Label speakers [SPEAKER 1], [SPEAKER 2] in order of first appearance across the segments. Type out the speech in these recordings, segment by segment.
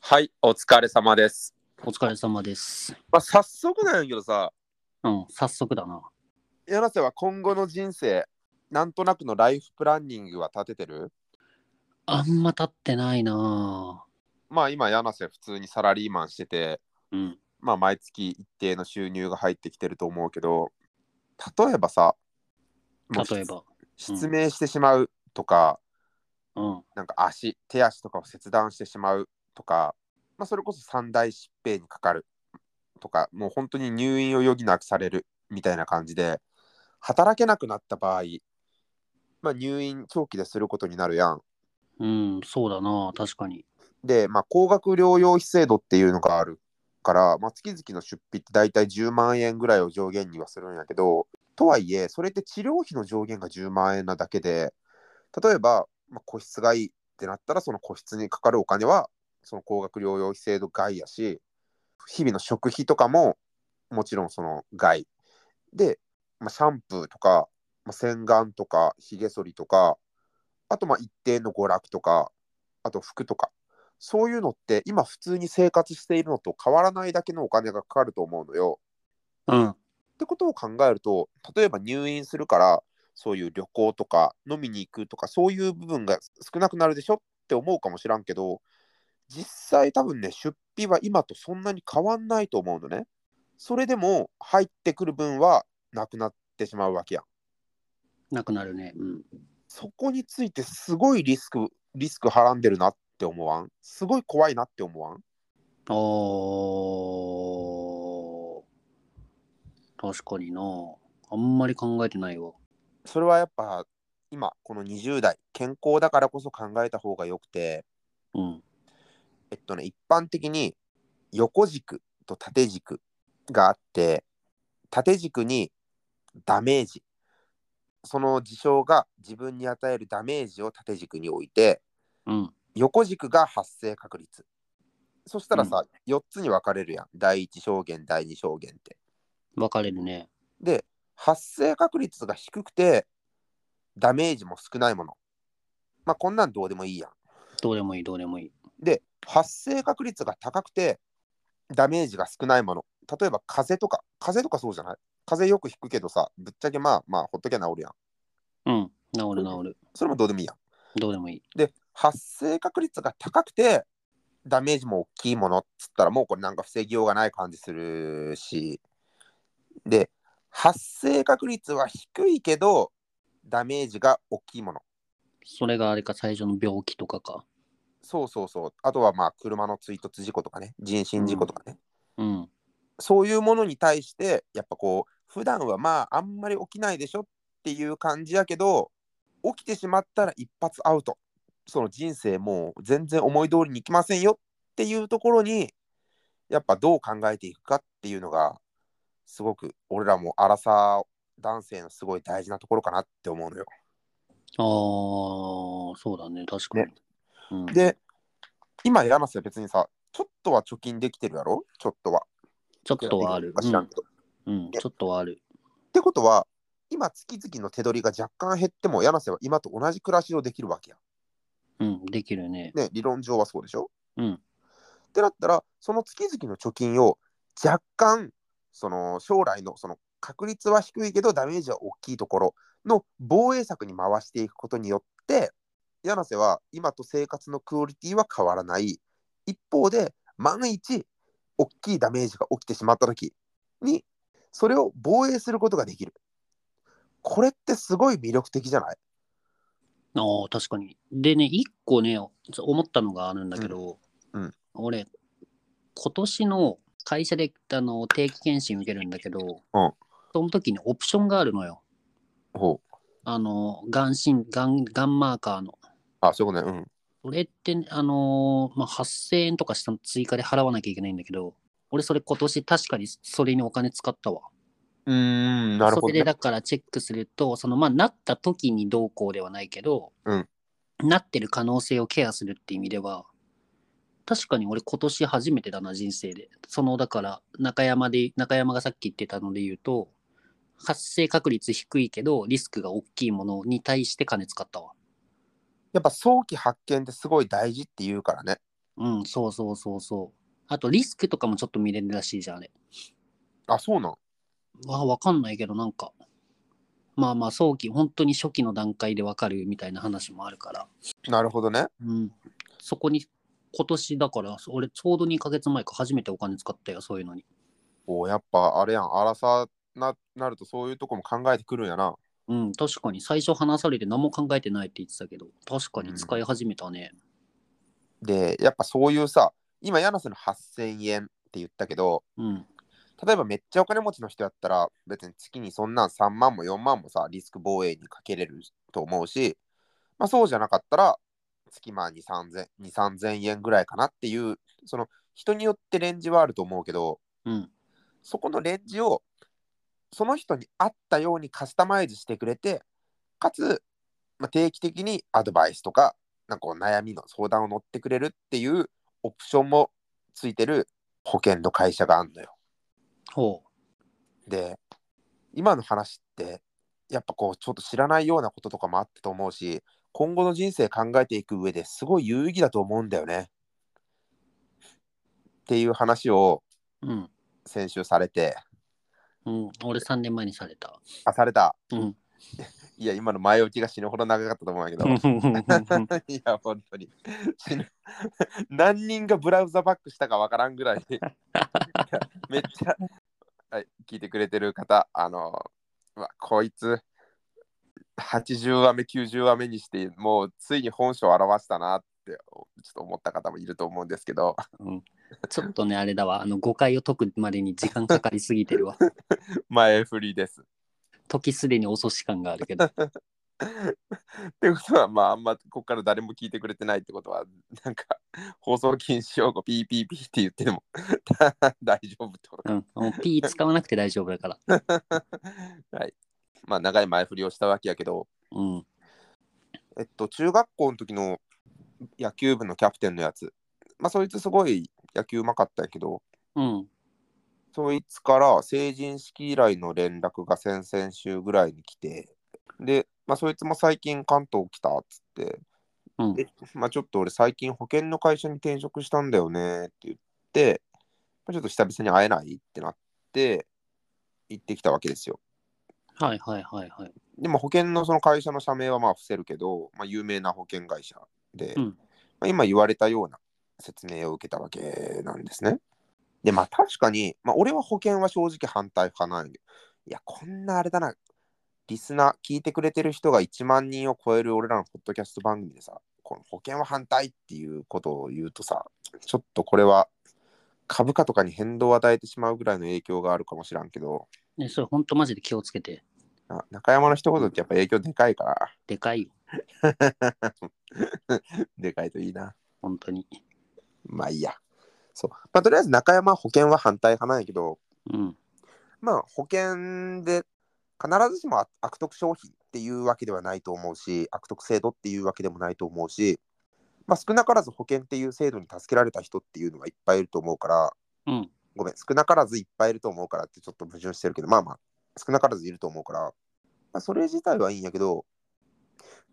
[SPEAKER 1] はい、お疲れ様です。
[SPEAKER 2] お疲れ様です。
[SPEAKER 1] まあ、早速なんやけどさ、
[SPEAKER 2] うん、早速だな。
[SPEAKER 1] 柳瀬は今後の人生、なんとなくのライフプランニングは立ててる
[SPEAKER 2] あんま立ってないな
[SPEAKER 1] まあ今、柳瀬普通にサラリーマンしてて、
[SPEAKER 2] ぁうん。
[SPEAKER 1] まあ毎月一定の収入が入ってきてると思うけど、例えばさ、もう
[SPEAKER 2] 例えば。
[SPEAKER 1] 失明してしまうとか、
[SPEAKER 2] うん。
[SPEAKER 1] なんか足、手足とかを切断してしまうとか、まあそれこそ三大疾病にかかるとか、もう本当に入院を余儀なくされるみたいな感じで、働けなくなった場合、まあ入院長期ですることになるやん。
[SPEAKER 2] うん、そうだなぁ確かに。
[SPEAKER 1] で、まあ高額療養費制度っていうのがあるから、まあ月々の出費って大体10万円ぐらいを上限にはするんやけど、とはいえ、それって治療費の上限が10萬円なだけで、例えば、まあ、個室がいいってなったら、その個室にかかるお金は、その高額療養費制度外やし、日々の食費とかも、もちろんその外。で、まあ、シャンプーとか、まあ、洗顔とか、ひげ剃りとか、あとまあ一定の娯楽とか、あと服とか、そういうのって今普通に生活しているのと変わらないだけのお金がかかると思うのよ。
[SPEAKER 2] うん。
[SPEAKER 1] ってことを考えると例えば入院するからそういう旅行とか飲みに行くとかそういう部分が少なくなるでしょって思うかもしらんけど実際多分ね出費は今とそんなに変わんないと思うのね。それでも入ってくる分はなくなってしまうわけやん。
[SPEAKER 2] なくなるね。うん。
[SPEAKER 1] そこについてすごいリスクリスクはらんでるなって思わんすごい怖いなって思わん
[SPEAKER 2] あー。確かになぁあんまり考えてないわ。
[SPEAKER 1] それはやっぱ今この20代健康だからこそ考えた方がよくて
[SPEAKER 2] うん。
[SPEAKER 1] えっとね一般的に横軸と縦軸があって縦軸にダメージその事象が自分に与えるダメージを縦軸に置いて
[SPEAKER 2] うん。
[SPEAKER 1] 横軸が発生確率そしたらさ、4つに分かれるやん第1証言第2証言って。
[SPEAKER 2] 分かれるね。
[SPEAKER 1] で発生確率が低くてダメージも少ないものまあこんなんどうでもいいやん
[SPEAKER 2] どうでもいい、どうでもいい。
[SPEAKER 1] で発生確率が高くてダメージが少ないもの例えば風邪とか風邪とかそうじゃない風邪よく引くけどさぶっちゃけまあまあほっときゃ治るやん
[SPEAKER 2] うん。治る治る。
[SPEAKER 1] それもどうでもいいやん
[SPEAKER 2] どうでもいい。
[SPEAKER 1] で発生確率が高くてダメージも大きいものっつったらもうこれなんか防ぎようがない感じするしで発生確率は低いけどダメージが大きいもの
[SPEAKER 2] それがあれか、最初の病気とかか。
[SPEAKER 1] そうそうそうあとはまあ車の追突事故とかね人身事故とかね、
[SPEAKER 2] うん。
[SPEAKER 1] そういうものに対してやっぱこう普段はまああんまり起きないでしょっていう感じやけど起きてしまったら一発アウトその人生もう全然思い通りにいきませんよっていうところにやっぱどう考えていくかっていうのがすごく俺らも荒さ男性のすごい大事なところかなって思うのよ。
[SPEAKER 2] あー、そうだね。確かに。
[SPEAKER 1] ね
[SPEAKER 2] うん、
[SPEAKER 1] で今柳瀬別にさちょっとは貯金できてるやろちょっとは。
[SPEAKER 2] ちょっとはある。
[SPEAKER 1] 知らんけど
[SPEAKER 2] うん、ちょっとはある。
[SPEAKER 1] ってことは今月々の手取りが若干減っても柳瀬は今と同じ暮らしをできるわけや
[SPEAKER 2] うん、できるね。
[SPEAKER 1] ん。ね理論上はそうでしょ
[SPEAKER 2] うん、
[SPEAKER 1] ってなったらその月々の貯金を若干その将来のその確率は低いけどダメージは大きいところの防衛策に回していくことによって柳瀬は今と生活のクオリティは変わらない一方で万一大きいダメージが起きてしまった時にそれを防衛することができるこれってすごい魅力的じゃない
[SPEAKER 2] ああ、確かに。でね、一個ね、ちょ思ったのがあるんだけど、
[SPEAKER 1] うんうん
[SPEAKER 2] 俺、今年の会社であの定期検診受けるんだけど、
[SPEAKER 1] うん
[SPEAKER 2] その時にオプションがあるのよ。
[SPEAKER 1] ほう
[SPEAKER 2] あの、がんしん、がん、がんマーカーの。
[SPEAKER 1] あそういうことねうん
[SPEAKER 2] それって、あのーまあ、8000円とかした追加で払わなきゃいけないんだけど、俺それ今年確かにそれにお金使ったわ。
[SPEAKER 1] うーんなるほ
[SPEAKER 2] そ
[SPEAKER 1] ど、
[SPEAKER 2] れで
[SPEAKER 1] ね、
[SPEAKER 2] だからチェックすると、そのまあなった時にどうこうではないけど、
[SPEAKER 1] うん
[SPEAKER 2] なってる可能性をケアするって意味では、確かに俺今年初めてだな、人生で。そのだから中山で、中山がさっき言ってたので言うと、発生確率低いけどリスクが大きいものに対して金使ったわ。
[SPEAKER 1] やっぱ早期発見ってすごい大事って言うからね
[SPEAKER 2] うん、そうそうそうそう。あと、リスクとかもちょっと見れるらしいじゃん、あれ。
[SPEAKER 1] あ、そうなん。
[SPEAKER 2] わわかんないけど、なんか。まあまあ、早期、本当に初期の段階でわかるみたいな話もあるから。
[SPEAKER 1] なるほどね。
[SPEAKER 2] うん。そこに、今年だから、俺、ちょうど2ヶ月前か、初めてお金使ったよ、そういうのに。
[SPEAKER 1] おやっぱあれやん、荒さななるとそういうとこも考えてくるんやな。
[SPEAKER 2] うん、確かに、最初話されて何も考えてないって言ってたけど、確かに使い始めたね。
[SPEAKER 1] で、やっぱそういうさ、今、柳瀬の8000円って言ったけど、
[SPEAKER 2] うん。
[SPEAKER 1] 例えばめっちゃお金持ちの人やったら、別に月にそんなん3万も4万もさ、リスク防衛にかけれると思うし、まあそうじゃなかったら、月まあ2、3000 2 3000円ぐらいかなっていう、その人によってレンジはあると思うけど、
[SPEAKER 2] うん。
[SPEAKER 1] そこのレンジをその人に合ったようにカスタマイズしてくれて、かつ、まあ、定期的にアドバイスとか、なんかこう悩みの相談を乗ってくれるっていうオプションもついてる保険の会社があるのよ。
[SPEAKER 2] ほ
[SPEAKER 1] で、今の話って、やっぱこう、ちょっと知らないようなこととかもあったと思うし、今後の人生考えていく上ですごい有意義だと思うんだよね。っていう話を
[SPEAKER 2] う。うん。
[SPEAKER 1] 先週されて、
[SPEAKER 2] うん。俺、3年前にされた。
[SPEAKER 1] あ、された。
[SPEAKER 2] うん。
[SPEAKER 1] いや、今の前置きが死ぬほど長かったと思うんやけど。 いや、本当に。死ぬ 何人がブラウザバックしたかわからんぐ らい。いやめっちゃ、はい、聞いてくれてる方、あの、うわ、こいつ、80話目、90話目にして、もうついに本性を表したなって、ちょっと思った方もいると思うんですけど、
[SPEAKER 2] うんちょっとね、あれだわ、あの誤解を解くまでに時間かかりすぎて るわ。
[SPEAKER 1] 前振りです。
[SPEAKER 2] 時すでに遅し感があるけど。
[SPEAKER 1] ってことは、まあ、あんまここから誰も聞いてくれてないってことは、なんか、放送禁止用語、ピーピーピーって言っても 大丈夫ってことか。
[SPEAKER 2] うん、もう P 使わなくて大丈夫だから。
[SPEAKER 1] はい。まあ、長い前振りをしたわけやけど、
[SPEAKER 2] うん。
[SPEAKER 1] えっと、中学校の時の野球部のキャプテンのやつ、まあ、そいつすごい野球うまかったんやけど、
[SPEAKER 2] うん。
[SPEAKER 1] そいつから成人式以来の連絡が先々週ぐらいに来て、で、まあ、そいつも最近関東来たっつって、
[SPEAKER 2] うん。
[SPEAKER 1] えまあ、ちょっと俺最近保険の会社に転職したんだよねって言って、まあ、ちょっと久々に会えないってなって、行ってきたわけですよ。
[SPEAKER 2] はいはいはいはい。
[SPEAKER 1] でも保険のその会社の社名はまあ伏せるけど、まあ、有名な保険会社で、
[SPEAKER 2] うん
[SPEAKER 1] まあ、今言われたような説明を受けたわけなんですね。で、まあ確かに、まあ、俺は保険は正直反対派なんで、いや、こんなあれだな、リスナー、聞いてくれてる人が1万人を超える俺らのポッドキャスト番組でさ、この保険は反対っていうことを言うとさ、ちょっとこれは株価とかに変動を与えてしまうぐらいの影響があるかもしらんけど、
[SPEAKER 2] ね、それほんとマジで気をつけて。
[SPEAKER 1] あ中山の一言ってやっぱ影響でかいから。
[SPEAKER 2] でかいよ。
[SPEAKER 1] でかいといいな。
[SPEAKER 2] 本当に。
[SPEAKER 1] まあいいや。そう。まあとりあえず中山は保険は反対派なんやけど、
[SPEAKER 2] うん。
[SPEAKER 1] まあ保険で必ずしも悪悪徳商品っていうわけではないと思うし、悪徳制度っていうわけでもないと思うし、まあ少なからず保険っていう制度に助けられた人っていうのはいっぱいいると思うから、
[SPEAKER 2] うん。
[SPEAKER 1] ごめん、少なからずいっぱいいると思うからってちょっと矛盾してるけど、まあまあ、少なからずいると思うから、まあ、それ自体はいいんやけど、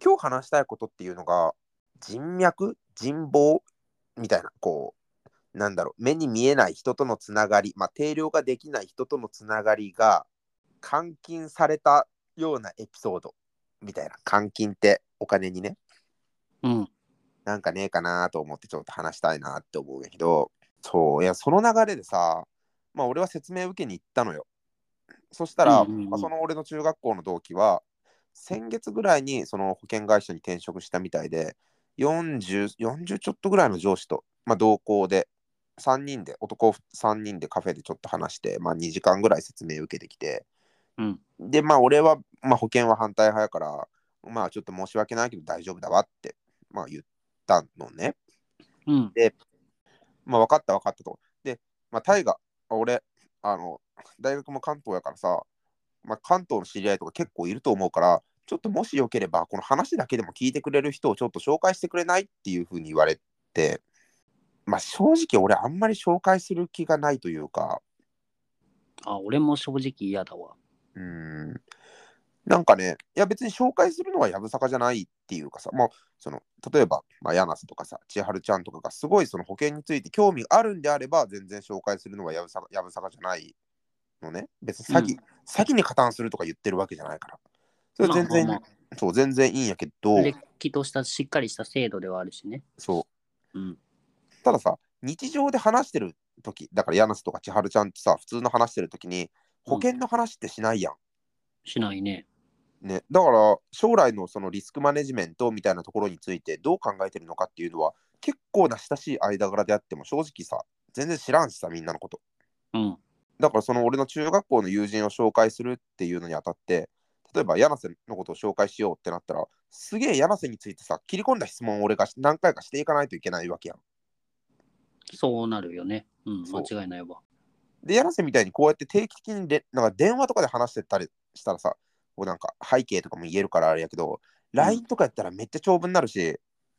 [SPEAKER 1] 今日話したいことっていうのが、人脈、人望みたいな、こう、なんだろう、目に見えない人とのつながり、まあ、定量ができない人とのつながりが、換金されたようなエピソードみたいな、換金ってお金にね、
[SPEAKER 2] うん。
[SPEAKER 1] なんかねえかなと思ってちょっと話したいなって思うんやけど、そう、いや、その流れでさ、まあ俺は説明受けに行ったのよ。そしたら、
[SPEAKER 2] うんうんうん
[SPEAKER 1] まあ、その俺の中学校の同期は、先月ぐらいにその保険会社に転職したみたいで、40, 40ちょっとぐらいの上司と、まあ、同行で、3人で、男3人でカフェでちょっと話して、まあ2時間ぐらい説明受けてきて、
[SPEAKER 2] うん。
[SPEAKER 1] で、まあ俺は、まあ、保険は反対派やから、まあちょっと申し訳ないけど大丈夫だわって、まあ言ったのね。
[SPEAKER 2] うん。
[SPEAKER 1] まあ分かった分かったと。で、まあ大河、俺、あの、大学も関東やからさ、まあ関東の知り合いとか結構いると思うから、ちょっともしよければ、この話だけでも聞いてくれる人をちょっと紹介してくれないっていうふうに言われて、まあ正直俺あんまり紹介する気がないというか、
[SPEAKER 2] あ、俺も正直嫌だわ。
[SPEAKER 1] うーんなんかね、いや別に紹介するのはやぶさかじゃないっていうかさ、まあ、その例えば、まあ、柳瀬とかさ、千春ちゃんとかがすごいその保険について興味があるんであれば、全然紹介するのはやぶさかやぶさかじゃないのね。別に詐欺、
[SPEAKER 2] うん
[SPEAKER 1] 詐欺に加担するとか言ってるわけじゃないから。それは全然、
[SPEAKER 2] まあまあ
[SPEAKER 1] そう、全然いいんやけ
[SPEAKER 2] ま
[SPEAKER 1] ど
[SPEAKER 2] あ、れっきとしたしっかりした制度ではあるしね。
[SPEAKER 1] そう、
[SPEAKER 2] うん。
[SPEAKER 1] たださ日常で話してる時だから柳瀬とか千春ちゃんってさ普通の話してる時に保険の話ってしないやん、
[SPEAKER 2] しないね。
[SPEAKER 1] ね、だから将来のそのリスクマネジメントみたいなところについてどう考えてるのかっていうのは結構な親しい間柄であっても正直さ全然知らんしさみんなのこと
[SPEAKER 2] うん。
[SPEAKER 1] だからその俺の中学校の友人を紹介するっていうのにあたって例えば柳瀬のことを紹介しようってなったらすげえ柳瀬についてさ切り込んだ質問を俺が何回かしていかないといけないわけやん
[SPEAKER 2] そうなるよね。うん。
[SPEAKER 1] そう
[SPEAKER 2] 間違いないわ。
[SPEAKER 1] で、柳瀬みたいにこうやって定期的にでなんか電話とかで話してたりしたらさ、こうなんか背景とかも言えるからあれやけど、LINE とかやったらめっちゃ長文になるし、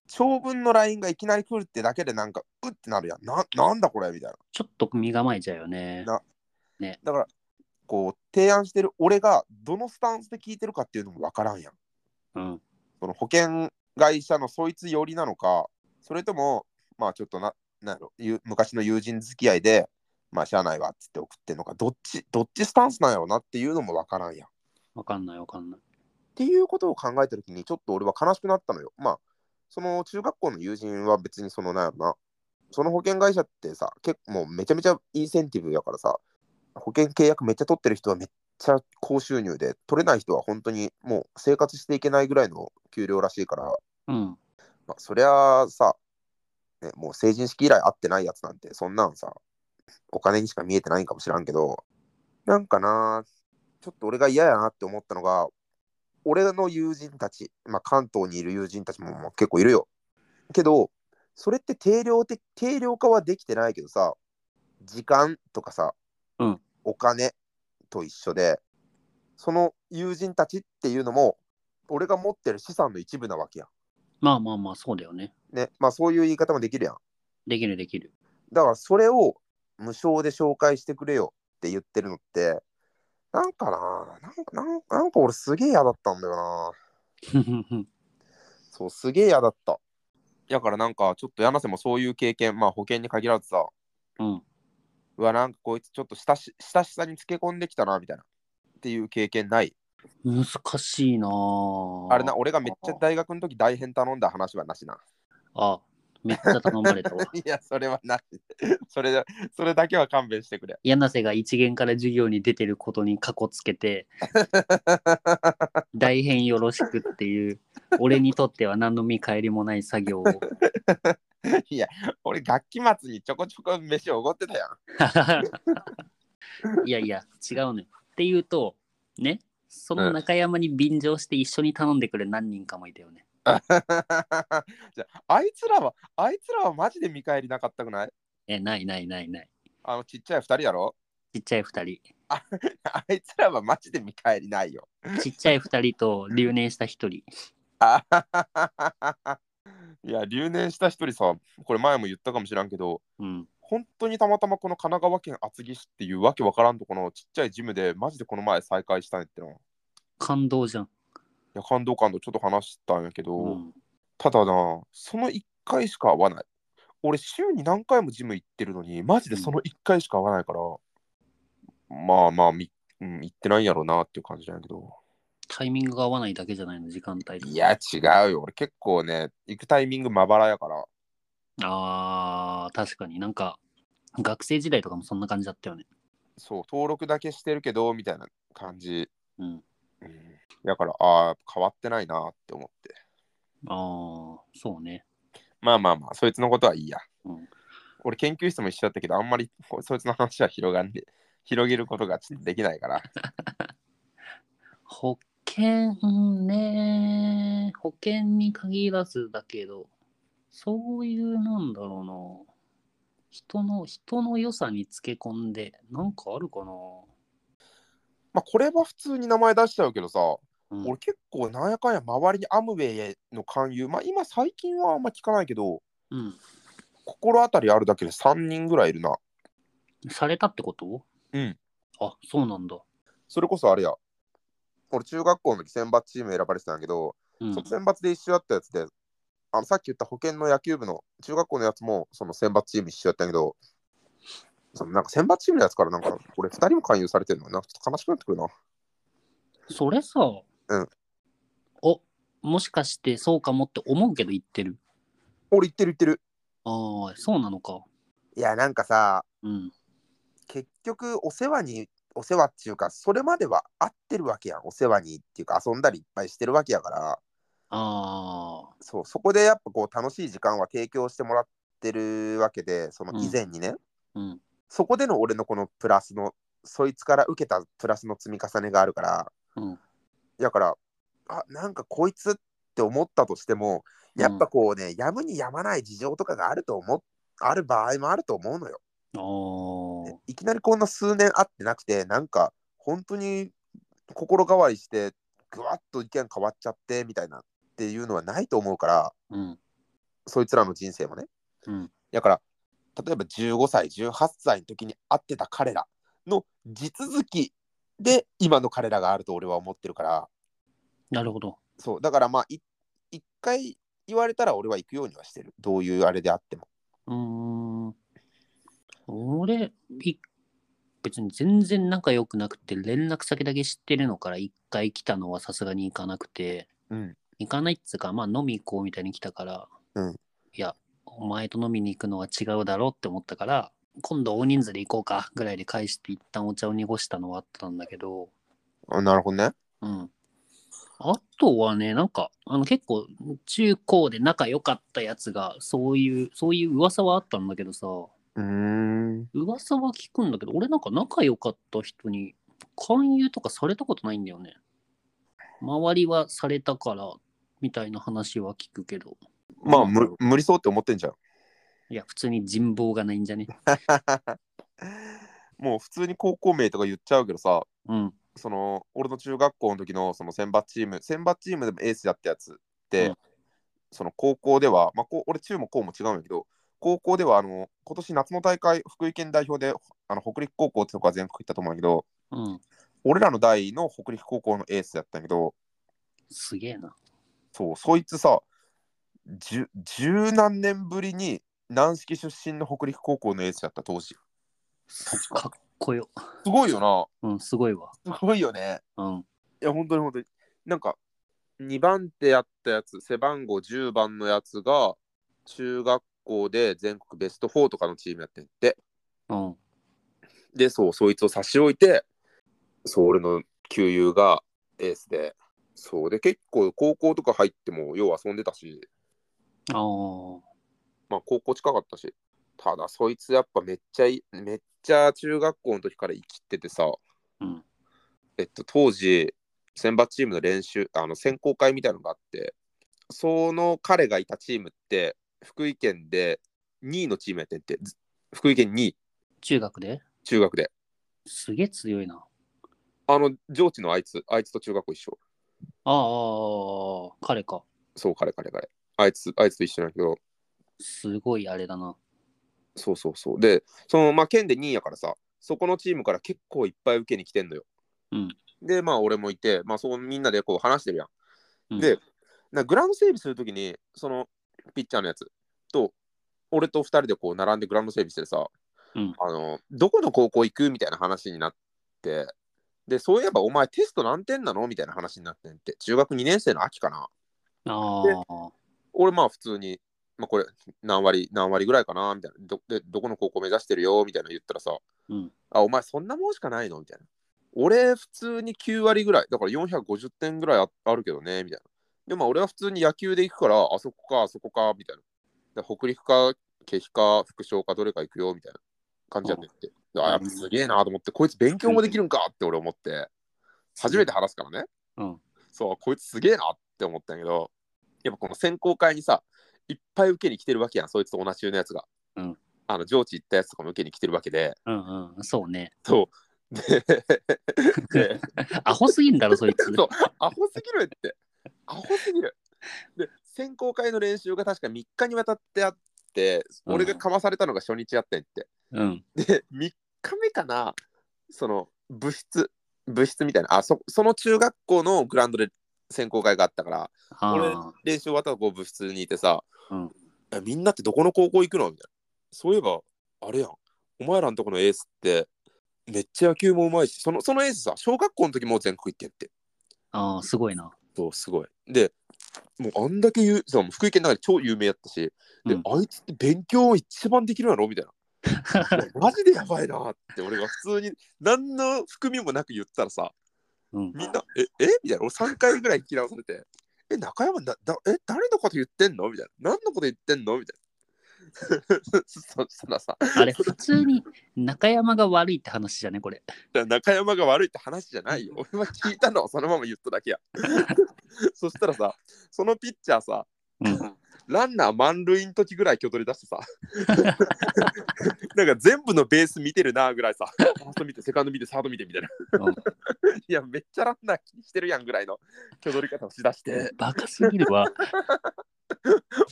[SPEAKER 1] 長文の LINE がいきなり来るってだけでなんか、うってなるやん。ななんだこれみたいな。
[SPEAKER 2] ちょっと身構えちゃうよね。
[SPEAKER 1] な
[SPEAKER 2] ね
[SPEAKER 1] だから、こう、提案してる俺がどのスタンスで聞いてるかっていうのもわからんやん。
[SPEAKER 2] うん。
[SPEAKER 1] その保険会社のそいつ寄りなのか、それとも、まあちょっとな、なんやろ、ゆ昔の友人付き合いで、まあ、社内はっつって送ってんのか、どっち、どっちスタンスなんやろなっていうのもわからんやん。っ
[SPEAKER 2] わかんないわかんない。
[SPEAKER 1] ていうことを考えたときに、ちょっと俺は悲しくなったのよ。まあ、その中学校の友人は別にその、なんやろな、その保険会社ってさ、結構もうめちゃめちゃインセンティブやからさ、保険契約めっちゃ取ってる人はめっちゃ高収入で、取れない人は本当にもう生活していけないぐらいの給料らしいから、
[SPEAKER 2] うん。
[SPEAKER 1] まあ、そりゃあさ、ね、もう成人式以来会ってないやつなんて、そんなんさ、お金にしか見えてないんかもしらんけど、なんかな、ちょっと俺が嫌やなって思ったのが、俺の友人たち、まあ、関東にいる友人たちももう結構いるよ。けど、それって定量的定量化はできてないけどさ、時間とかさ、
[SPEAKER 2] うん
[SPEAKER 1] お金と一緒で、その友人たちっていうのも、俺が持ってる資産の一部なわけやん。
[SPEAKER 2] まあまあまあ、そうだよね。
[SPEAKER 1] ね、まあそういう言い方もできるやん。
[SPEAKER 2] できるできる。
[SPEAKER 1] だからそれを無償で紹介してくれよって言ってるのって、なんかな、なんかなんかなんか俺すげえ嫌だったんだよな。そう、すげえ嫌だった。だからなんかちょっと柳瀬もそういう経験、まあ保険に限らずさ、
[SPEAKER 2] うん。
[SPEAKER 1] うわ、なんかこいつちょっと親し親しさにつけ込んできたなみたいな。っていう経験ない。
[SPEAKER 2] 難しいなぁ
[SPEAKER 1] あれな、俺がめっちゃ大学の時大変頼んだ話はなしな。
[SPEAKER 2] あ、めっちゃ頼まれたわ。
[SPEAKER 1] いや、それはなし。それ、それだけは勘弁してくれ。
[SPEAKER 2] 柳瀬が一元から授業に出てることにかこつ けて、大変よろしくっていう、俺にとっては何の見返りもない作業を。
[SPEAKER 1] いや、俺、学期末にちょこちょこ飯おごってたやん。
[SPEAKER 2] いやいや、違うのよ。っていうと、ね、その中山に便乗して一緒に頼んでくれる何人かもいたよね。
[SPEAKER 1] じゃあ、あいつらは、あいつらはマジで見返りなかったくない
[SPEAKER 2] え、ないないないない。
[SPEAKER 1] あの、ちっちゃい2人やろ
[SPEAKER 2] ちっちゃい二人。
[SPEAKER 1] あいつらはマジで見返りないよ。
[SPEAKER 2] ちっちゃい二人と留年した一人。
[SPEAKER 1] あははははいや、留年した一人さ、これ前も言ったかもしらんけど、
[SPEAKER 2] うん。
[SPEAKER 1] 本当にたまたまこの神奈川県厚木市っていうわけわからんとこのちっちゃいジムで、マジでこの前再会したんやってな。い
[SPEAKER 2] 感動じゃん。
[SPEAKER 1] や、感動感動ちょっと話したんやけど、
[SPEAKER 2] うん、
[SPEAKER 1] ただな、その1回しか会わない。俺、週に何回もジム行ってるのに、マジでその1回しか会わないから、まあまあみ、うん、行ってないんやろうなっていう感じなんやけど。
[SPEAKER 2] タイミングが合わないだけじゃないの、時間帯とか
[SPEAKER 1] いや、違うよ。俺、結構ね、行くタイミングまばらやから。
[SPEAKER 2] あー、確かになんか、学生時代とかもそんな感じだったよね。
[SPEAKER 1] そう、登録だけしてるけど、みたいな感じ。
[SPEAKER 2] うん。
[SPEAKER 1] うん、だから、ああ、変わってないなって思って。
[SPEAKER 2] あー、そうね。
[SPEAKER 1] まあまあまあ、そいつのことはいいや。
[SPEAKER 2] うん
[SPEAKER 1] 俺、研究室も一緒だったけど、あんまりこうそいつの話は広がんで、広げることがちょっとできないから。
[SPEAKER 2] 保険ね、保険に限らずだけど、そういうなんだろうな。人の、人の良さにつけ込んで、なんかあるかな。
[SPEAKER 1] まあ、これは普通に名前出しちゃうけどさ、
[SPEAKER 2] うん
[SPEAKER 1] 俺結構なんやかんや周りにアムウェイの勧誘、まあ今最近はあんま聞かないけど、
[SPEAKER 2] うん。
[SPEAKER 1] 心当たりあるだけで3人ぐらいいるな。
[SPEAKER 2] されたってこと
[SPEAKER 1] うん。
[SPEAKER 2] あ、そうなんだ。
[SPEAKER 1] それこそあれや、俺中学校の時選抜チーム選ばれてたんだけど、
[SPEAKER 2] うん
[SPEAKER 1] その選抜で一緒だったやつであのさっき言った保健の野球部の中学校のやつもその選抜チーム一緒やったんやけどそのなんか選抜チームのやつからなんか俺2人も勧誘されてるのなんかちょっと悲しくなってくるな
[SPEAKER 2] それさ、
[SPEAKER 1] うん
[SPEAKER 2] おもしかしてそうかもって思うけど言ってる。
[SPEAKER 1] 俺言ってる言ってる
[SPEAKER 2] ああ、そうなのか。
[SPEAKER 1] いやなんかさ
[SPEAKER 2] うん。
[SPEAKER 1] 結局お世話にお世話っていうかそれまでは合ってるわけやんお世話にっていうか遊んだりいっぱいしてるわけやから
[SPEAKER 2] ああ、
[SPEAKER 1] そうそこでやっぱこう楽しい時間は提供してもらってるわけでその以前にね、
[SPEAKER 2] うん。
[SPEAKER 1] そこでの俺のこのプラスのそいつから受けたプラスの積み重ねがあるから
[SPEAKER 2] うん。
[SPEAKER 1] だからあなんかこいつって思ったとしてもやっぱこうね、やむにやまない事情とかがあると思っある場合もあると思うのよ。
[SPEAKER 2] あ
[SPEAKER 1] ね
[SPEAKER 2] あ、
[SPEAKER 1] いきなりこんな数年会ってなくてなんか本当に心変わりしてぐわっと意見変わっちゃってみたいなっていうのはないと思うから
[SPEAKER 2] うん。
[SPEAKER 1] そいつらの人生もね
[SPEAKER 2] うん。
[SPEAKER 1] だから例えば15歳18歳の時に会ってた彼らの地続きで今の彼らがあると俺は思ってるから
[SPEAKER 2] なるほど。
[SPEAKER 1] そうだからまあい一回言われたら俺は行くようにはしてるどういうあれであっても
[SPEAKER 2] うーん。俺、い別に全然仲良くなくて、連絡先だけ知ってるのから、一回来たのはさすがに行かなくて、
[SPEAKER 1] うん
[SPEAKER 2] 行かないっつうか、まあ飲み行こうみたいに来たから、
[SPEAKER 1] うん
[SPEAKER 2] いや、お前と飲みに行くのは違うだろうって思ったから、今度大人数で行こうかぐらいで返して、一旦お茶を濁したのはあったんだけど、
[SPEAKER 1] あなるほどね
[SPEAKER 2] うん。あとはね、なんか、あの結構、中高で仲良かったやつが、そういう、そういう噂はあったんだけどさ、
[SPEAKER 1] うーん
[SPEAKER 2] 噂は聞くんだけど、俺なんか仲良かった人に勧誘とかされたことないんだよね。周りはされたから、みたいな話は聞くけど。
[SPEAKER 1] まあ無無理そうって思ってんじゃん
[SPEAKER 2] いや、普通に人望がないんじゃね。
[SPEAKER 1] もう普通に高校名とか言っちゃうけどさ
[SPEAKER 2] うん。
[SPEAKER 1] その俺の中学校の時のその選抜チーム選抜チームでもエースだったやつって、
[SPEAKER 2] うん
[SPEAKER 1] その高校では、まあ、こう俺中も高も違うんやけど高校ではあの今年夏の大会福井県代表であの北陸高校ってとこは全国行ったと思うんやけど
[SPEAKER 2] うん。
[SPEAKER 1] 俺らの代の北陸高校のエースだったんやけど
[SPEAKER 2] すげえな。
[SPEAKER 1] そうそいつさ十十何年ぶりに軟式出身の北陸高校のエースだった当時
[SPEAKER 2] かっこよ。
[SPEAKER 1] すごいよな
[SPEAKER 2] うん、すごいわ。
[SPEAKER 1] すごいよね
[SPEAKER 2] うん。
[SPEAKER 1] いや、本当に本当に。なんか、2番手やったやつ、背番号10番のやつが、中学校で全国ベスト4とかのチームやってんって。
[SPEAKER 2] うん。
[SPEAKER 1] で、そう、そいつを差し置いて、そう、俺の旧友がエースで。そう、で、結構高校とか入っても、よう遊んでたし、
[SPEAKER 2] ああ。
[SPEAKER 1] まあ、高校近かったし。ただ、そいつやっぱめっちゃい、めっちゃ中学校の時から生きててさ、
[SPEAKER 2] うん。
[SPEAKER 1] えっと、当時、選抜チームの練習、あの選考会みたいなのがあって、その彼がいたチームって、福井県で2位のチームやってんて、ず福井県2位、
[SPEAKER 2] 中学で
[SPEAKER 1] 中学で。
[SPEAKER 2] すげえ強いな。
[SPEAKER 1] あの、上智のあいつ、あいつと中学校一緒。
[SPEAKER 2] ああ、彼か。
[SPEAKER 1] そう、彼、彼、彼。あいつ、あいつと一緒なんだけど、
[SPEAKER 2] すごいあれだな。
[SPEAKER 1] そうそうそう。で、その、まあ、県で2位やからさ、そこのチームから結構いっぱい受けに来てんのよ。
[SPEAKER 2] うん
[SPEAKER 1] で、まあ、俺もいて、まあ、そうみんなでこう話してるやん。
[SPEAKER 2] うん、
[SPEAKER 1] で、なグラウンド整備するときに、そのピッチャーのやつと、俺と2人でこう並んでグラウンド整備してさ、
[SPEAKER 2] うん
[SPEAKER 1] あのどこの高校行くみたいな話になって、で、そういえばお前テスト何点なのみたいな話になってんって、中学2年生の秋かな。
[SPEAKER 2] ああ、
[SPEAKER 1] 俺、まあ普通に、まあこれ何割、何割ぐらいかなみたいなどで、どこの高校目指してるよみたいな言ったらさ、
[SPEAKER 2] うん。
[SPEAKER 1] あ、お前そんなもんしかないのみたいな。俺、普通に9割ぐらい、だから450点ぐらいああるけどね、みたいな。でも俺は普通に野球で行くから、あそこか、あそこか、みたいな。で北陸か、経費か、副賞か、どれか行くよ、みたいな感じやってって。であ、やっぱすげえなと思って、こいつ勉強もできるんかって俺思って、初めて話すからね。
[SPEAKER 2] うん。
[SPEAKER 1] そう、こいつすげえなって思ったんやけど、やっぱこの選考会にさ、いっぱい受けに来てるわけやん、そいつと同じようなやつが。
[SPEAKER 2] うん
[SPEAKER 1] あの上智行ったやつとかも受けに来てるわけで、
[SPEAKER 2] うんうん。そうね。
[SPEAKER 1] そう。で、で
[SPEAKER 2] アホすぎんだろ、そいつ。
[SPEAKER 1] そう、アホすぎるって。アホすぎる。で、選考会の練習が確か3日にわたってあって、
[SPEAKER 2] うん
[SPEAKER 1] 俺がかまされたのが初日やってんって。
[SPEAKER 2] うん。
[SPEAKER 1] で、3日目かな、その、部室、部室みたいなあそその中学校のグラウンドで選考会があったから
[SPEAKER 2] あ
[SPEAKER 1] 俺
[SPEAKER 2] ー
[SPEAKER 1] 練習終わったらこう部室にいてさ、
[SPEAKER 2] うん
[SPEAKER 1] えみんなってどこの高校行くのみたいなそういえばあれやんお前らのとこのエースってめっちゃ野球もうまいしそのそのエースさ小学校の時もう全国行ってんって
[SPEAKER 2] あー、すごいな。
[SPEAKER 1] そうすごいでもうあんだけ言うそう福井県の中で超有名やったしで、
[SPEAKER 2] うん
[SPEAKER 1] あいつって勉強一番できるやろみたい ないやマジでやばいなって俺が普通に何の含みもなく言ったらさ
[SPEAKER 2] うん。
[SPEAKER 1] みんな、え、えみたいな、俺3回ぐらい聞き直されて、え、中山だだ、え、誰のこと言ってんのみたいな、何のこと言ってんのみたいな。 そしたらさ、
[SPEAKER 2] あれ、普通に中山が悪いって話じゃね、これ。
[SPEAKER 1] 中山が悪いって話じゃないよ。俺は聞いたのをそのまま言った だけや。そしたらさ、そのピッチャーさ、
[SPEAKER 2] うん
[SPEAKER 1] ランナー満塁の時ぐらい今日取り出してさ、なんか全部のベース見てるなぐらいさ、ファースト見て、セカンド見て、サード見て みたいな。いや、めっちゃランナー気にしてるやんぐらいの挙取り方をしだして。
[SPEAKER 2] バカすぎるわ。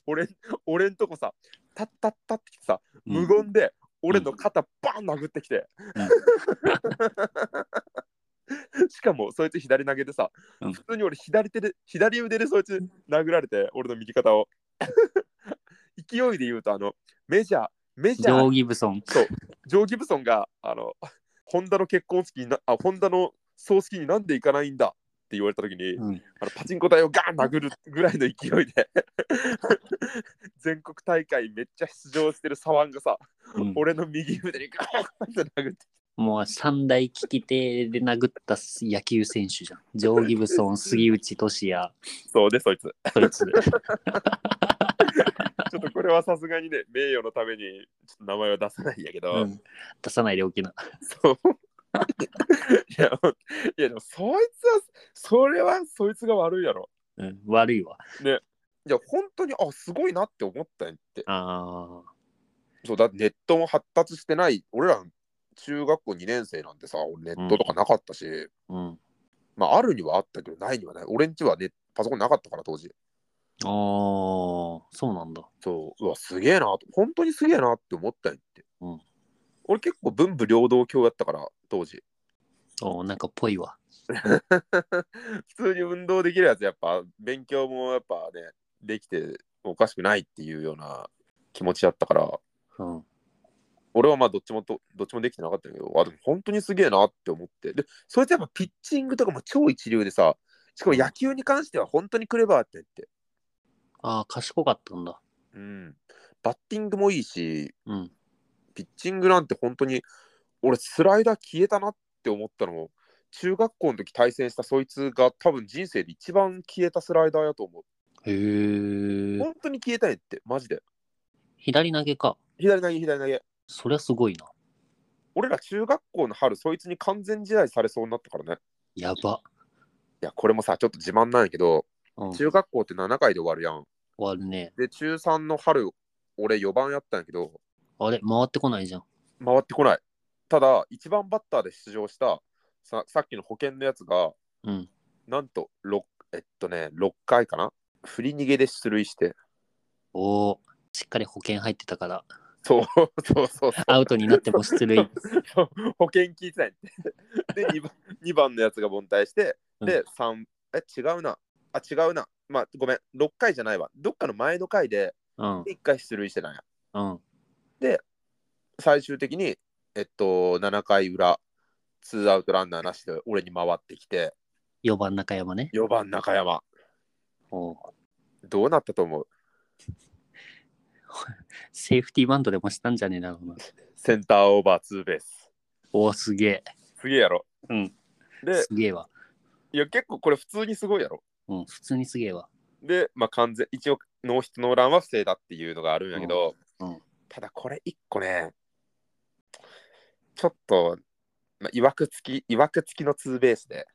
[SPEAKER 1] 俺ん俺んとこさタッタッタってきてさ
[SPEAKER 2] うん
[SPEAKER 1] 無言で俺の肩バーン殴ってきて、 しかもそいつ左投げでさ、
[SPEAKER 2] うん
[SPEAKER 1] 普通に俺左手で左腕でそいつ殴られて俺の右肩を 勢いで言うとあのメジャーメジ
[SPEAKER 2] ジ
[SPEAKER 1] ャ
[SPEAKER 2] ョ
[SPEAKER 1] ー
[SPEAKER 2] ー・ギブソン。
[SPEAKER 1] ジョー・ギブソンがあのホンダの結婚式になあホンダの葬式になんで行かないんだって言われた時に、
[SPEAKER 2] うん、
[SPEAKER 1] あのパチンコ台をガーン殴るぐらいの勢いで 全国大会めっちゃ出場してる左腕がさ、
[SPEAKER 2] うん
[SPEAKER 1] 俺の右腕にガ ーンって殴って
[SPEAKER 2] もう三大利き手で殴った野球選手じゃん。ジョー・ギブソン、杉内俊也、
[SPEAKER 1] そうでそいつち
[SPEAKER 2] そいつ。
[SPEAKER 1] ょっとこれはさすがにね名誉のためにちょっと名前は出さないんやけど、
[SPEAKER 2] うん出さないでおきな。
[SPEAKER 1] そう いやほんいやでもそいつはそれはそいつが悪いやろ
[SPEAKER 2] うん、悪いわ。
[SPEAKER 1] いや本当にあすごいなって思ったんやって
[SPEAKER 2] ああ、
[SPEAKER 1] そうだってネットも発達してない俺ら中学校2年生なんてさ俺ネットとかなかったし、
[SPEAKER 2] うん。
[SPEAKER 1] まあ、あるにはあったけど、ないにはない。俺んちはね、パソコンなかったから、当時。
[SPEAKER 2] ああ、そうなんだ。
[SPEAKER 1] そう、うわ、すげえなと、本当にすげえなって思ったんやって。
[SPEAKER 2] うん
[SPEAKER 1] 俺結構文武両道教やったから、当時。
[SPEAKER 2] おなんかぽいわ。
[SPEAKER 1] 普通に運動できるやつ、やっぱ、勉強もやっぱね、できておかしくないっていうような気持ちやったから、
[SPEAKER 2] うん。
[SPEAKER 1] 俺はまあ、どっちもと、どっちもできてなかったけど、あ、でも本当にすげえなって思って。で、それってやっぱピッチングとかも超一流でさ、しかも野球に関しては本当にクレバーって言って。
[SPEAKER 2] ああ、賢かったんだ。
[SPEAKER 1] うん。バッティングもいいし、
[SPEAKER 2] うん。
[SPEAKER 1] ピッチングなんて本当に俺スライダー消えたなって思ったのも中学校の時対戦したそいつが多分人生で一番消えたスライダーやと思う
[SPEAKER 2] へえ。
[SPEAKER 1] 本当に消えたんやってマジで
[SPEAKER 2] 左投げか。
[SPEAKER 1] 左投げ左投げ
[SPEAKER 2] そりゃすごいな。
[SPEAKER 1] 俺ら中学校の春そいつに完全試合されそうになったからね
[SPEAKER 2] やば。
[SPEAKER 1] いやこれもさちょっと自慢なんやけど
[SPEAKER 2] うん。終
[SPEAKER 1] 中学校って7回で終わるやん
[SPEAKER 2] わるね。
[SPEAKER 1] で中3の春俺4番やったんやけど
[SPEAKER 2] あれ、回ってこないじゃん。
[SPEAKER 1] 回ってこないただ1番バッターで出場したささっきの保険のやつが
[SPEAKER 2] うん。
[SPEAKER 1] なんと、ろえっとね、6回かな振り逃げで出塁して。
[SPEAKER 2] おお。しっかり保険入ってたから、
[SPEAKER 1] そうそうそうそう。
[SPEAKER 2] アウトになっても出 塁。
[SPEAKER 1] 保険聞いてない って。で2番、二番のやつが凡退して、
[SPEAKER 2] う
[SPEAKER 1] で、3、え、違うな。あ、違うな。まあ、ごめん、6回じゃないわ。どっかの前の回で
[SPEAKER 2] うん。
[SPEAKER 1] 1回出塁してないや。
[SPEAKER 2] うん。
[SPEAKER 1] 最終的に、えっと、7回裏、ツーアウトランナーなしで俺に回ってきて、
[SPEAKER 2] 4番中山ね。
[SPEAKER 1] 4番中山。
[SPEAKER 2] おう
[SPEAKER 1] どうなったと思う
[SPEAKER 2] セーフティーバントでもしたんじゃねえだろうな。
[SPEAKER 1] センターオーバーツーベース。
[SPEAKER 2] おお、すげえ。
[SPEAKER 1] すげえやろ。
[SPEAKER 2] うん。
[SPEAKER 1] で、
[SPEAKER 2] すげえわ。
[SPEAKER 1] いや、結構これ普通にすごいやろ。
[SPEAKER 2] うん、普通にすげえわ。
[SPEAKER 1] で、まあ、完全一応ノーヒットノーランは不正だっていうのがあるんやけど、
[SPEAKER 2] うんうん
[SPEAKER 1] ただこれ一個ねちょっと、まあ、いわくつきいわくつきのツーベースで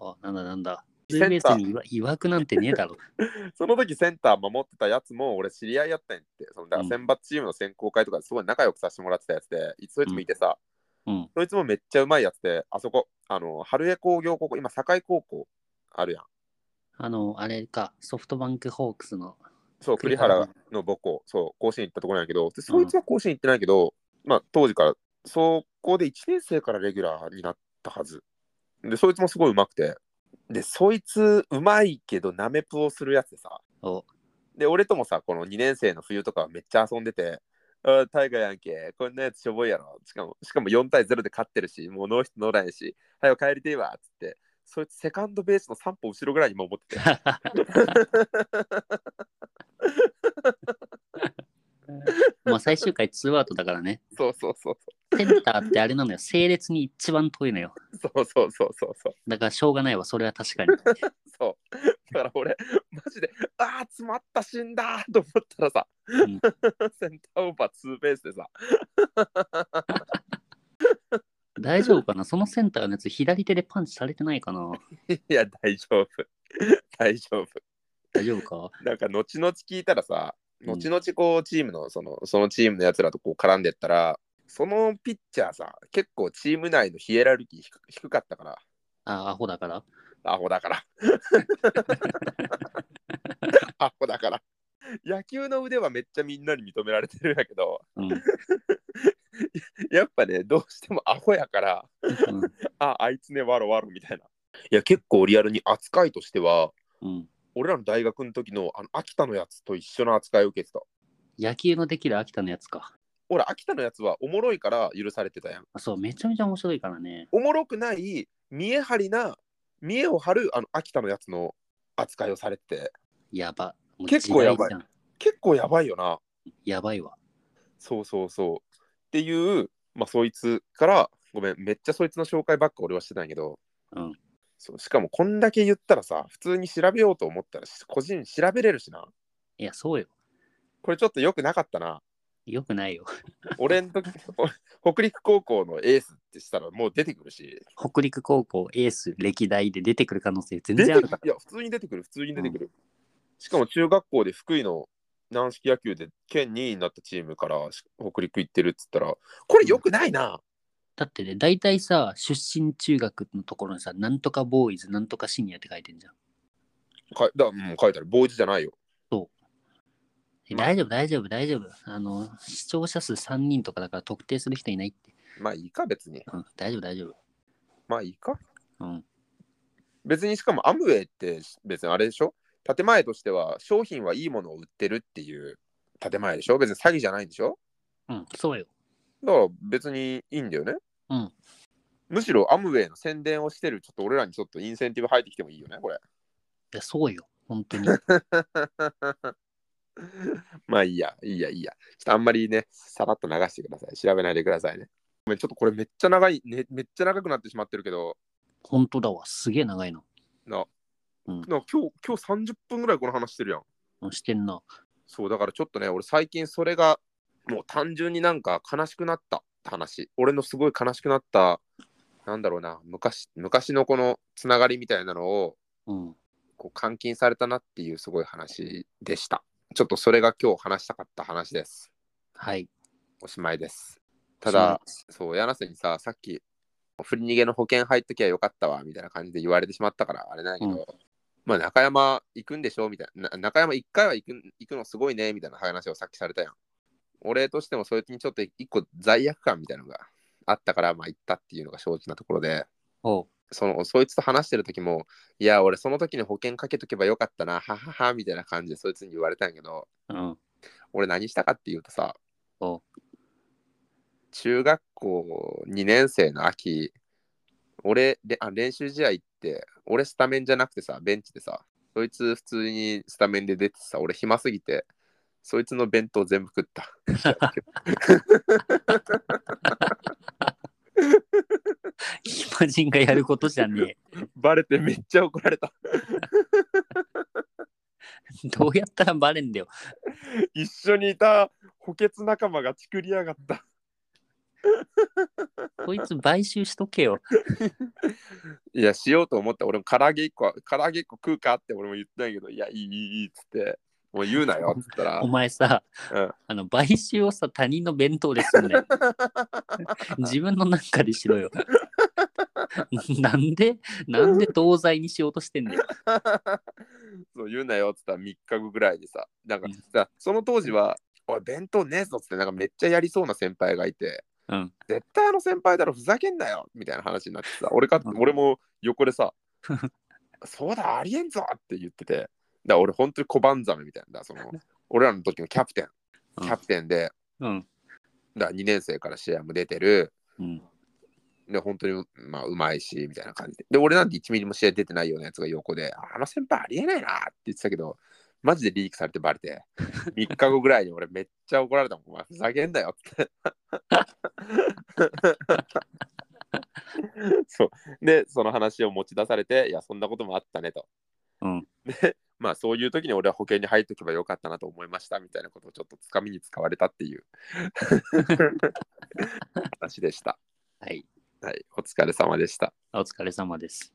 [SPEAKER 2] あ、なんだなんだ。ツ
[SPEAKER 1] セ
[SPEAKER 2] ーベ
[SPEAKER 1] ン
[SPEAKER 2] ー
[SPEAKER 1] ター
[SPEAKER 2] スにいわ いわくなんてねえだろ。
[SPEAKER 1] その時センター守ってたやつも俺知り合いやったんやってそのだから
[SPEAKER 2] うん
[SPEAKER 1] 選抜チームの選考会とかですごい仲良くさせてもらってたやつでいつそいつもいてさ、
[SPEAKER 2] うん。
[SPEAKER 1] そいつもめっちゃうまいやつであそこあの春江工業高校今堺高校あるやん
[SPEAKER 2] あの、あれか、ソフトバンクホークスの。
[SPEAKER 1] そう、栗
[SPEAKER 2] 栗原
[SPEAKER 1] 原の母校、そう、甲子園行ったところなんやけど、でそいつは甲子園行ってないけど、まあ、当時から、そこで1年生からレギュラーになったはず。で、そいつもすごいうまくて。で、そいつうまいけど、ナメプをするやつでさ。
[SPEAKER 2] お
[SPEAKER 1] で、俺ともさ、この2年生の冬とかはめっちゃ遊んでて、あータイガーやんけ、こんなやつしょぼいやろ。しかも、しかも4対0で勝ってるし、もうノーヒットノーランやし、はよ帰りてえわ、つって。そいつセカンドベースの3歩後ろぐらいに守ってて。
[SPEAKER 2] まあ最終回ツーアウトだか らね。
[SPEAKER 1] そうそうそう
[SPEAKER 2] センターってあれなのよ。整列に一番遠いのよ。
[SPEAKER 1] そう。そうそうそうそう。
[SPEAKER 2] だからしょうがないわ。それは確かに。
[SPEAKER 1] そう。だから俺、マジで、ああ、詰まった、死んだと思ったらさ、
[SPEAKER 2] うん
[SPEAKER 1] センターオーバーツーベースでさ、
[SPEAKER 2] 大丈夫かなそのセンターのやつ左手でパンチされてないかない
[SPEAKER 1] や、大丈夫。大丈夫。
[SPEAKER 2] 大丈夫か
[SPEAKER 1] なんか、後々聞いたらさ、
[SPEAKER 2] うん
[SPEAKER 1] 後々こう、チームの、その、そのチームのやつらとこう絡んでったら、そのピッチャーさ、結構チーム内のヒエラルキー低低かったから、
[SPEAKER 2] あアホだから。
[SPEAKER 1] アホだ から。アホだから。野球の腕はめっちゃみんなに認められてるんやけど、
[SPEAKER 2] うん。うん
[SPEAKER 1] やっぱね、どうしてもアホやから、あ、あいつね、わろわろみたいな。いや、結構リアルに扱いとしては、
[SPEAKER 2] うん、
[SPEAKER 1] 俺らの大学の時のあの秋田のやつと一緒の扱いを受けてた。
[SPEAKER 2] 野球のできる秋田のやつか。
[SPEAKER 1] 俺、秋田のやつはおもろいから許されてたやん。
[SPEAKER 2] あそう、めちゃめちゃ面白いからね。
[SPEAKER 1] おもろくない、見え張りな、見えを張るあの秋田のやつの扱いをされてて、
[SPEAKER 2] やば。もう
[SPEAKER 1] 結構やばい
[SPEAKER 2] 時代じゃん。
[SPEAKER 1] 結構やばいよな。
[SPEAKER 2] やばいわ。
[SPEAKER 1] そうそうそう。っていう、まあ、そいつから、ごめん、めっちゃそいつの紹介ばっか俺はしてたんやけど、
[SPEAKER 2] うん
[SPEAKER 1] そうしかもこんだけ言ったらさ、普通に調べようと思ったら、個人調べれるしな。
[SPEAKER 2] いや、そうよ。
[SPEAKER 1] これちょっと良くなかったな。
[SPEAKER 2] よくないよ。
[SPEAKER 1] 俺の時、 お北陸高校のエースってしたらもう出てくるし。
[SPEAKER 2] 北陸高校エース歴代で出てくる可能性全
[SPEAKER 1] 出て
[SPEAKER 2] 然ある
[SPEAKER 1] く
[SPEAKER 2] か
[SPEAKER 1] る
[SPEAKER 2] ら。
[SPEAKER 1] いや、普通に出てくる、普通に出てくる。しかも中学校で福井の軟式野球で県2位になったチームからし北陸行ってるっつったら、これ良くないな。
[SPEAKER 2] だってね、大体さ、出身中学のところにさ、なんとかボーイズ、なんとかシニアって書いてんじゃん。
[SPEAKER 1] かだうん、書いてある。ボーイズじゃないよ。
[SPEAKER 2] え
[SPEAKER 1] まあ
[SPEAKER 2] 大丈夫、大丈夫、大丈夫。あの、視聴者数3人とかだから特定する人いないって。
[SPEAKER 1] まあいいか、別に。
[SPEAKER 2] うん、大丈夫、大丈
[SPEAKER 1] まあいいか。
[SPEAKER 2] 夫。うん。別
[SPEAKER 1] 別にしかもアムウェイって別にあれでしょ建前としては商品はいいものを売ってるっていう建前でしょ別に詐欺じゃないんでしょ
[SPEAKER 2] うん、そうよ。
[SPEAKER 1] だから別にいいんだよね。
[SPEAKER 2] うん。
[SPEAKER 1] むしろアムウェイの宣伝をしてる、ちょっと俺らにちょっとインセンティブ入ってきてもいいよね、これ。
[SPEAKER 2] いや、そうよ。本当に。
[SPEAKER 1] まあいいや、いいや、いいや。ちょっとあんまりね、さらっと流してください。調べないでくださいね。ごめん、ちょっとこれめっちゃ長い、ね、めっちゃ長くなってしまってるけど、
[SPEAKER 2] 本当だわ。すげえ長いの。
[SPEAKER 1] な、
[SPEAKER 2] うん
[SPEAKER 1] な今日、今日30分ぐらいこの話してるやん。
[SPEAKER 2] うんしてんな。
[SPEAKER 1] そう、だからちょっとね、俺最近それが、もう単純になんか悲しくなったって話。俺のすごい悲しくなった、なんだろうな、昔、昔のこのつながりみたいなのを、
[SPEAKER 2] うん。
[SPEAKER 1] こう監禁されたなっていうすごい話でした。ちょっとそれが今日話したかった話です。
[SPEAKER 2] はい。
[SPEAKER 1] おしまいです。ただ、、そう、柳瀬にさ、さっき、振り逃げの保険入っときゃよかったわ、みたいな感じで言われてしまったから、あれなんやけど、
[SPEAKER 2] うん
[SPEAKER 1] まあ、中山行くんでしょみたいなな。中山一回は行く行くのすごいね、みたいな話をさっきされたやん。俺としても、そいつにちょっと一個罪悪感みたいなのがあったから、まあ行ったっていうのが正直なところで、
[SPEAKER 2] おう。
[SPEAKER 1] そのそいつと話してる時も、いや、俺その時に保険かけとけばよかったな、ははは、みたいな感じでそいつに言われたんやけど、
[SPEAKER 2] うん。
[SPEAKER 1] 俺何したかっていうとさ、
[SPEAKER 2] おう。
[SPEAKER 1] 中学校2年生の秋俺であ練習試合行って俺スタメンじゃなくてさベンチでさそいつ普通にスタメンで出てさ俺暇すぎてそいつの弁当全部食った
[SPEAKER 2] 暇人がやることじゃね
[SPEAKER 1] バレてめっちゃ怒られた
[SPEAKER 2] え。どうやったらバレんだよ。
[SPEAKER 1] 一緒にいた補欠仲間がチクりやがった
[SPEAKER 2] こいつ買収しとけよ。
[SPEAKER 1] いやしようと思った俺も唐揚げ1個唐揚げ1個食うかって俺も言ったんやけどいやいいいいいいっつってもう言うなよっつったら
[SPEAKER 2] お前さ、
[SPEAKER 1] うん
[SPEAKER 2] あの買収をさ、他人の弁当です んだよ。自分の中でしろよ。 なんで、なんで同罪にしようとしてんだよ。
[SPEAKER 1] そう言うなよっつったら3日後ぐらいにさなんか
[SPEAKER 2] うん
[SPEAKER 1] さその当時は「おい弁当ねえぞ」っつってなんかめっちゃやりそうな先輩がいて
[SPEAKER 2] うん。
[SPEAKER 1] 絶対あの先輩だろふざけんなよみたいな話になってさ俺か
[SPEAKER 2] うん
[SPEAKER 1] 俺も横で さそうだありえんぞって言っててだから俺本当に小判ザメみたいなだからその俺らの時のキャプテン
[SPEAKER 2] うん
[SPEAKER 1] キャプテンで
[SPEAKER 2] うん。
[SPEAKER 1] だから2年生から試合も出てる
[SPEAKER 2] うん。
[SPEAKER 1] で本当にまあうまいしみたいな感じでで俺なんて1ミリも試合出てないようなやつが横であの先輩ありえないなって言ってたけどマジでリークされてバレ て3日後ぐらいに俺めっちゃ怒られたもんお前ふざけんなよって そうでその話を持ち出されていやそんなこともあったねと
[SPEAKER 2] うん。
[SPEAKER 1] まあそういう時に俺は保険に入っとけばよかったなと思いましたみたいなことをちょっとつかみに使われたって いう話でした
[SPEAKER 2] はい。
[SPEAKER 1] はいお疲れ様でした
[SPEAKER 2] お疲れ様です。